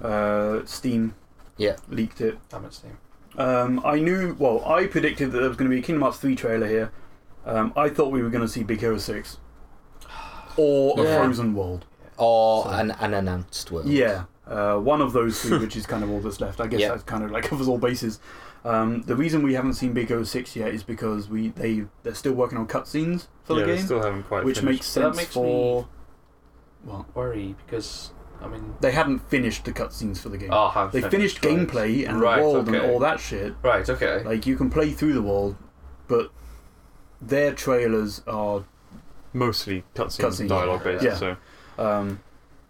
A: uh, Steam
C: Yeah.
A: leaked it.
D: Damn it, Steam.
A: Um, I knew. Well, I predicted that there was going to be a Kingdom Hearts three trailer here. Um, I thought we were going to see Big Hero
C: <sighs>
A: six or
C: Yeah.
A: a Frozen World.
C: Or
A: So-
C: an unannounced world. <laughs>
A: Yeah, uh, one of those three, which is kind of all that's left. I guess
C: Yeah.
A: that kind of like <laughs> covers all bases. Um, the reason we haven't seen Big O Six yet is because we they they're still working on cutscenes for
B: yeah,
A: the
B: they
A: game,
B: still haven't quite
A: which
B: finished.
A: makes
D: But that
A: sense
D: makes
A: for. Well,
D: Worry because I mean,
A: they haven't finished the cutscenes for the game.
D: oh, have
A: they finished
D: right.
A: gameplay and
D: Right,
A: the world
D: okay.
A: and all that shit.
D: Right. Okay.
A: Like you can play through the world, but their trailers are
B: mostly cutscenes,
A: Cutscenes,
B: and dialogue based.
A: yeah.
B: So
A: Um,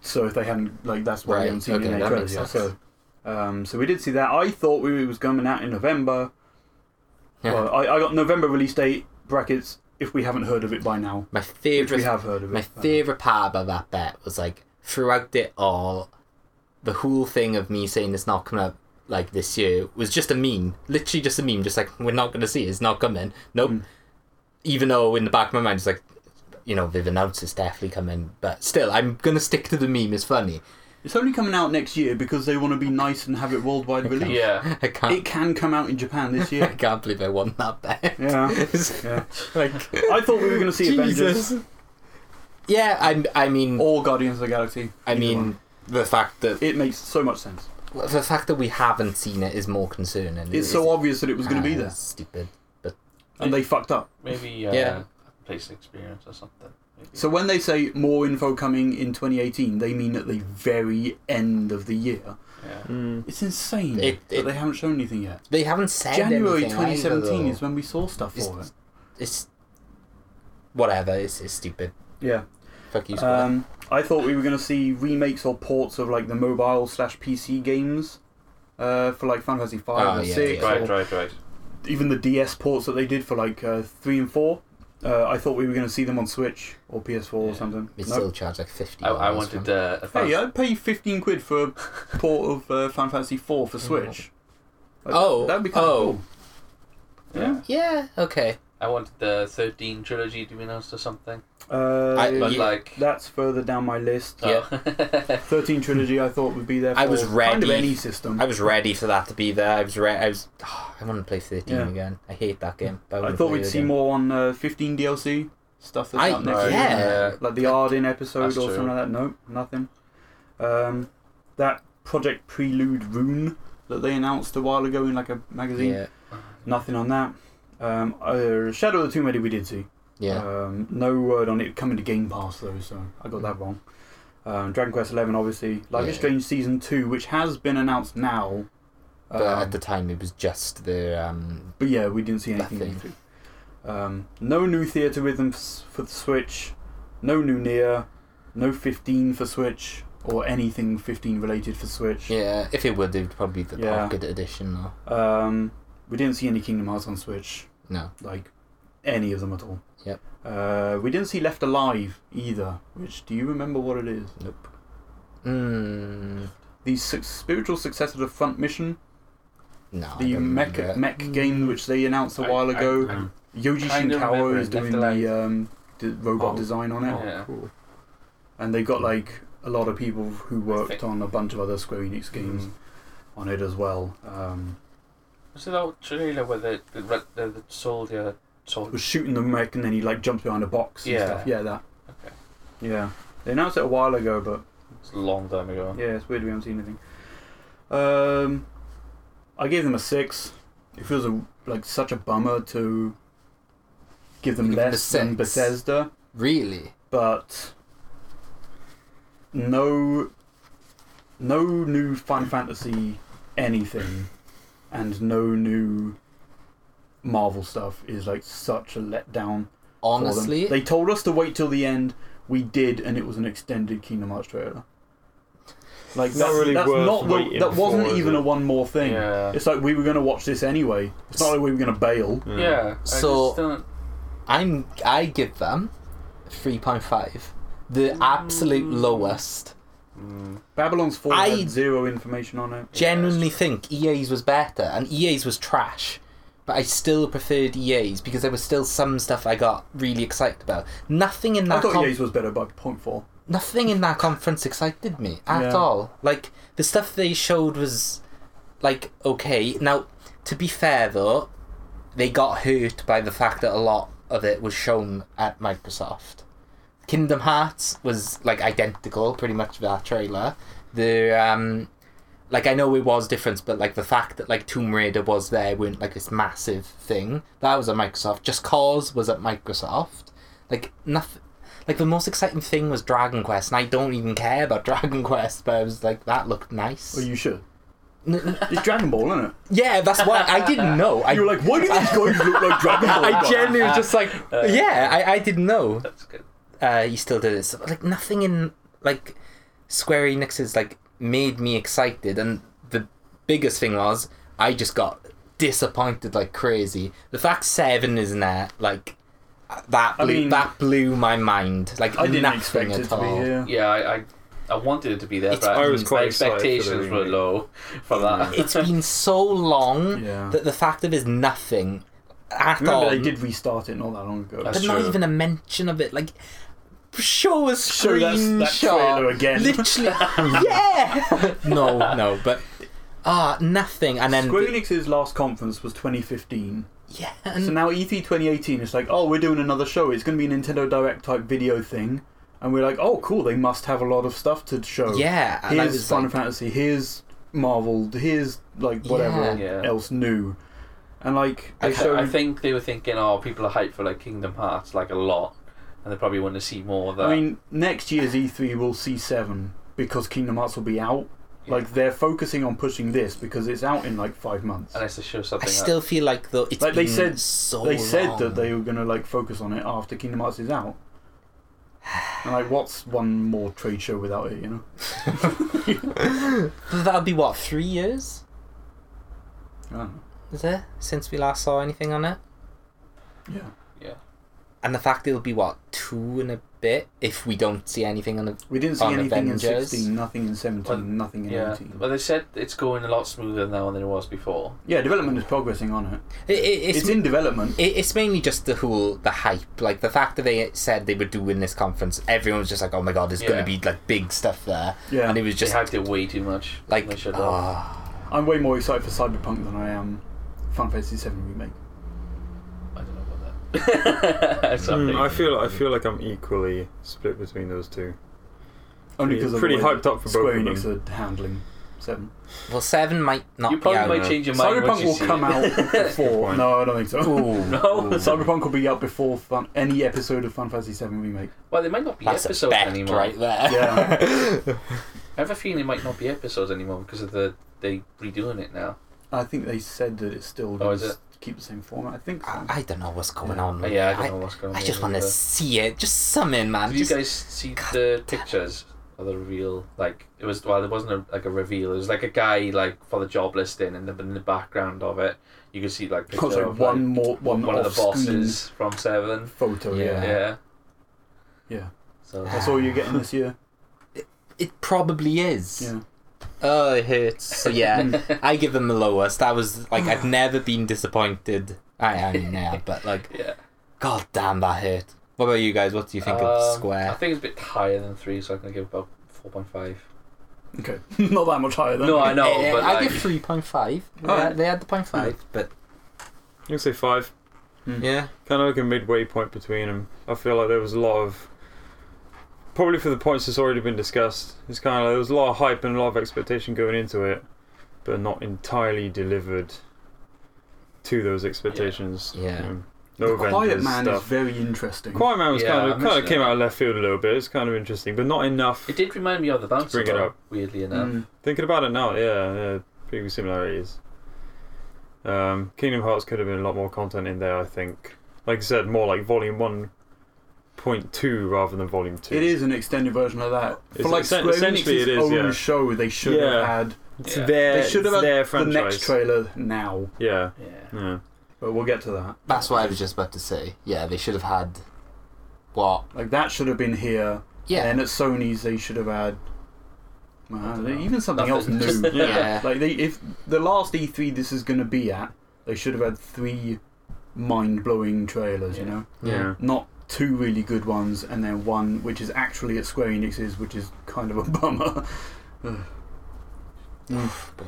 A: so if they haven't, like, that's why
C: Right,
A: we haven't seen
C: okay,
A: any
C: that
A: credits yet.
C: makes
A: So, um, so we did see that. I thought we it was coming out in November. Well, I, I got November release date brackets. If we haven't heard of it by now,
C: my
A: which we
C: favorite
A: have heard of it.
C: My favourite part about that bet was like throughout it all, the whole thing of me saying it's not coming up like this year was just a meme. Literally just a meme, just like we're not gonna see it, it's not coming. Nope.
A: Mm.
C: Even though in the back of my mind it's like you know, they've announced it's definitely coming, but still I'm gonna stick to the meme, it's funny. <laughs>
A: It's only coming out next year because they want to be nice and have it worldwide release. <laughs>
D: Yeah.
C: I
A: It
C: can't
A: can come out in Japan this
C: <laughs> I
A: year.
C: can't believe I won that bet.
A: Yeah.
C: <laughs> It's
A: yeah.
C: like
A: I thought we were going to see Avengers
C: Jesus. Yeah, I I mean
A: or Guardians of the Galaxy.
C: I
A: Either one.
C: mean the fact that
A: it makes so much sense.
C: the fact that we haven't seen it is more concerning.
A: It's so obvious that it was going to be
C: Ah,
A: there,
C: Stupid.
A: and they fucked up.
D: Maybe. Uh,
C: Yeah.
D: Place experience or something. Maybe.
A: So when they say more info coming in 2018, they mean at the very end of the year.
D: yeah.
A: It's insane
C: It-
A: that
C: it-
A: they haven't shown anything yet.
C: They haven't said
A: January
C: anything either,
A: 2017
C: though.
A: is when we saw stuff for it.
C: It's- It's whatever. It's, it's stupid.
A: Yeah.
C: Fuck you. Square.
A: Um, I thought we were going to see remakes or ports of like the mobile slash PC games uh, for like Final Fantasy V
C: Oh,
A: or
C: yeah,
A: 6,
C: yeah.
A: or
D: Right. Right. Right.
A: even the DS ports that they did for like uh, 3 and 4. Uh, I thought we were going to see them on Switch or PS4 or
D: Yeah.
A: something.
C: we
A: No.
C: still charge like fifty.
D: I, I
C: dollars
D: wanted
C: for-
D: uh, advanced.
A: Hey, I'd pay 15 quid for a port of uh, Final Fantasy IV for Switch. Like,
C: Mm-hmm. Oh,
A: that'd be kind
C: oh.
A: of cool.
D: yeah.
C: Yeah. Okay.
D: I wanted the 13 trilogy to be announced or something.
A: Uh,
C: I-
D: But
C: Yeah.
D: like.
A: That's further down my list.
C: Yeah.
D: <laughs> Oh.
A: 13 trilogy I thought would be there for
C: <laughs> I was
A: kind of
C: ready.
A: any system.
C: I was ready for that to be there. I was ready. I was. <sighs> I want to play thirteen
A: Yeah.
C: again. I hate that game. But I,
A: I
C: wanna
A: thought
C: play
A: we'd
C: it
A: see
C: again.
A: more on uh, 15 DLC stuff that's
C: I-
A: out next year.
D: Right.
C: yeah.
A: Like the Arden episode
D: That's
A: or
D: true.
A: something like that. Nope, nothing. Um, that Project Prelude Rune that they announced a while ago in like a magazine.
C: Yeah.
A: Nothing on that. Um, uh, Shadow of the Tomb Raider we did see.
C: Yeah.
A: Um, no word on it coming to Game Pass though, so I got that wrong. Um, Dragon Quest Eleven, obviously, Life is
C: Yeah.
A: Strange Season Two, which has been announced now.
C: But
A: um,
C: at the time, it was just the um,
A: But yeah, we didn't see anything.
C: Nothing.
A: Um, no new theater rhythms for the Switch, no new Nier, no 15 for Switch or anything 15 related for Switch.
C: yeah. If it would, it would probably be the
A: Yeah.
C: pocket edition or
A: Um, we didn't see any Kingdom Hearts on Switch,
C: no.
A: like any of them at all.
C: Yep.
A: Uh, we didn't see Left Alive either. Which do you remember what it is?
C: Nope. Mm,
A: The su- spiritual successor to Front Mission,
C: no. I
A: the
C: don't
A: mech
C: remember it.
A: mech game which they announced a while ago.
D: Mm. I,
B: Um,
A: Yoji
D: Kinda remember
A: Shinkawa
D: it,
A: is doing
D: Left
A: the um, d- robot
B: Oh.
A: design on it.
D: Oh, Yeah.
B: cool.
A: and they got like a lot of people who worked
D: think-
A: on a bunch of other Square Enix games
D: Mm.
A: on it as well. Um,
D: was it that trailer where the the, re- the, the soldier soldier?
A: was shooting the mech and then he like jumps behind a box and
D: Yeah.
A: stuff. Yeah, that.
D: Okay.
A: Yeah, they announced it a while ago, but
D: It's a long time ago.
A: yeah, it's weird we haven't seen anything. Um, I gave them a six. It feels a, like such a bummer to give them
C: Give them a
A: less than
C: six.
A: Bethesda.
C: Really?
A: but no no new Final Fantasy anything and no new Marvel stuff is like such a letdown. for them.
C: Honestly,
A: they told us to wait till the end. We did, and it was an extended Kingdom Hearts trailer. Like that's,
B: It's not really
A: that's
B: worth
A: not the,
B: waiting
A: that wasn't
B: for, is
A: even
B: it?
A: a one more thing.
D: Yeah.
A: It's like we were going to watch this anyway. It's not like we were going to bail.
B: Yeah.
D: Yeah. I
C: So-
D: just don't,
C: I'm I give them three point five, the absolute lowest.
B: Mm.
A: Babylon's Fall
C: I-
A: had zero information on it.
C: Genuinely think EA's was better, and EA's was trash. But I still preferred EA's because there was still some stuff I got really excited about. Nothing in
A: I
C: that
A: thought
C: com-
A: EA's was better by point four.
C: nothing in that conference excited me at
A: Yeah.
C: all. Like the stuff they showed was like okay. Now, to be fair though, they got hurt by the fact that a lot of it was shown at Microsoft. Kingdom Hearts was like identical, pretty much to that trailer. The um, like I know it was different, but like the fact that like Tomb Raider was there weren't like this massive thing. That was at Microsoft. Just Cause was at Microsoft. Like nothing. Like the most exciting thing was Dragon Quest, and I don't even care about <laughs> Dragon Quest, but I was like, that looked nice.
A: Well, you should.
C: N- n-
A: It's Dragon Ball, isn't it?
C: yeah, that's why I
A: <laughs>
C: didn't know. I,
A: you were like, why do these guys look
C: <laughs>
A: like Dragon Ball?
C: I
A: guys?
C: genuinely was just like, yeah, I, I didn't know.
D: That's good.
C: uh, you still did it. So, like nothing in like Square Enix's like made me excited, and the biggest thing was I just got disappointed like crazy. The fact Seven isn't there, like that
A: I
C: blew,
A: mean-
C: that blew my mind. Like
A: I didn't
C: nothing
A: expect
C: at
A: it to be
C: all.
A: here.
D: Yeah, I, I, I wanted it to be there,
C: It's-
D: but
B: I was quite
D: my
B: excited for the
D: expectations were
B: remake.
D: low for that.
C: Mm. It's
A: <laughs>
C: been so long
A: Yeah.
C: that the fact that there's nothing at
A: Remember,
C: all,
A: they did restart it not that long ago.
D: That's
C: but not
D: true.
C: even a mention of it, like. Show a
A: Show that-
C: screenshot.
A: that trailer again.
C: <laughs> Literally, yeah. <laughs> no, no, but ah, nothing. And then
A: Square Enix's last conference was 2015.
C: yeah, and
A: so now E E3 2018 it's like, oh, we're doing another show. It's going to be a Nintendo Direct type video thing. And we're like, oh, cool, they must have a lot of stuff to show.
C: yeah. And I
A: Here's
C: was
A: Final
C: like,
A: Fantasy, here's Marvel, here's like whatever
D: Yeah. Yeah.
A: else new. And like,
D: <laughs> I,
A: they showed.
D: I think they were thinking, oh, people are hyped for like Kingdom Hearts like a lot, and they probably want to see more of that.
A: I mean, next year's E3 will see seven because Kingdom Hearts will be out. Like they're focusing on pushing this because it's out in like five months.
D: unless they show
C: I
D: something.
C: still feel like though it's
A: Like, they
C: been
A: said-
C: so
A: They said that
C: long.
A: they were gonna like focus on it after Kingdom Hearts is out. And like, what's one more trade show without it? You know,
C: But that'll be what three years
A: I don't know.
C: is it since we last saw anything on it?
A: yeah,
D: Yeah.
C: And the fact it'll be what two and a bit if we don't see anything on it.
A: we didn't see
C: On
A: anything in
C: Avengers.
A: sixteen, nothing in seventeen,
D: Well,
A: nothing in
D: Yeah,
A: eighteen.
D: but they said it's going a lot smoother now than it was before.
A: Yeah, development is progressing on it.
C: it, it
A: It's,
C: it's
A: in development.
C: It, it's mainly just the whole the hype, like the fact that they said they were doing this conference. Everyone was just like, "Oh my god, there's going
D: Yeah.
C: to be like big stuff there,"
A: Yeah,
C: and it was just
D: they hyped it way too much.
C: like,
D: they should have.
C: ah,
A: I'm way more excited for Cyberpunk than I am Final Fantasy Seven remake.
D: I don't know about that. <laughs> Sorry.
A: Hmm,
B: Mm, I feel I feel like I'm equally split between those two.
A: Only
B: Pretty-
A: because of
B: pretty
A: the way
B: hyped up for both
A: Square
B: of them.
A: Enix are handling Seven.
C: Well, seven might not
D: you
C: be
D: probably
C: out.
D: might
B: no.
D: change your mind. once
A: Cyberpunk
D: you
A: will
D: see
A: come
D: <laughs> it.
A: out before.
B: point.
A: no, I don't think so.
C: Ooh.
D: <laughs> No.
A: <laughs>
C: Ooh.
A: Cyberpunk will be out before fun, any episode of Fun Fantasy Seven remake.
D: Well, they might not be
C: That's a
D: episodes
C: bet
D: anymore.
C: right there.
D: I have a feeling it might not be episodes anymore because of the they redoing it now.
A: I think they said that it's still
D: Oh,
A: going
D: is
A: to
D: it?
A: keep the same format. I think. So.
C: <laughs> I, I don't know what's going on.
D: But
C: with-
D: yeah, I don't know what's going
C: I
D: on.
C: just want to
D: with it.
C: see it. Just summon, man.
D: Did you
C: Just,
D: guys see the pictures of the reveal? Like it was well, it wasn't a, like a reveal. It was like a guy like for the job listing, and then in the background of it, you could see like
A: Because
D: picture
A: like
D: of
A: Oh, one more, one,
D: like, one of the
A: off-screen
D: bosses from Seven.
A: photo.
C: Yeah.
A: Yeah. yeah,
D: Yeah.
A: Yeah.
D: So
A: That's all you're getting this
D: <laughs>
A: year.
C: it probably is.
A: Yeah.
C: Oh, it hurts. So
D: <laughs>
C: yeah, I give them the lowest. I was like,
D: <sighs>
C: I've never been disappointed. I I mean, yeah, but like,
D: yeah.
C: god damn, that hurt. What about you guys? What do you think of
D: Um, I
C: Square?
D: think it's a bit higher than three, so I'm gonna give about four point five.
A: Okay. <laughs> Not that much higher than. <laughs>
D: No, I know,
C: Eh,
D: but
C: I
D: like, Mm.
C: give three point five.
A: Oh.
C: They, had- they had the point five, but
B: You can say five.
C: yeah,
B: Kind of like a midway point between them. I feel like there was a lot of. Probably for the points that's already been discussed, it's kind of like there was a lot of hype and a lot of expectation going into it, but not entirely delivered to those expectations.
C: Yeah.
B: You know,
A: The
B: no
A: Quiet
B: Avengers
A: Man
B: stuff.
A: is very interesting.
B: Quiet Man was
D: Yeah,
B: kind
D: I
B: of kind
D: mentioned
B: of came
D: it.
B: out of left field a little bit. It's kind of interesting, but not enough.
D: it did remind me of the bouncer.
B: Bring it
D: though,
B: up.
D: Weirdly enough.
A: Mm.
B: Thinking about it now, yeah, yeah pretty similarities. Um, Kingdom Hearts could have been a lot more content in there. I think, like I said, more like Volume One Point Two rather than Volume Two.
A: It is an extended version of that.
B: It's
A: For like
B: essen-
A: Square
B: essentially
A: Enix's
B: it is,
A: own
B: yeah.
A: show, they should
B: Yeah.
A: have had.
B: It's
D: Yeah.
B: their,
A: they should have
B: it's
A: had
B: their
A: the
B: franchise.
A: next trailer now.
B: yeah,
D: Yeah.
B: yeah.
A: But we'll get to that.
C: that's what I was just about to say. Yeah, they should have had what?
A: Like that should have been here.
C: Yeah,
A: And at Sony's, they should have had. Man,
D: dunno.
A: even something else
D: Nothing.
A: new.
B: Yeah.
C: <laughs> yeah.
D: <laughs>
A: Like they, if the last E3 this is going to be at, they should have had three mind-blowing trailers. You
D: Yeah.
A: know,
B: yeah.
A: not two really good ones, and then one which is actually at Square Enix's, which is kind of a <laughs> bummer.
C: Oof, boy.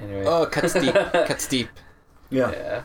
D: Anyway.
C: Uh, Oh, cuts deep. cuts deep.
A: yeah.
D: Yeah.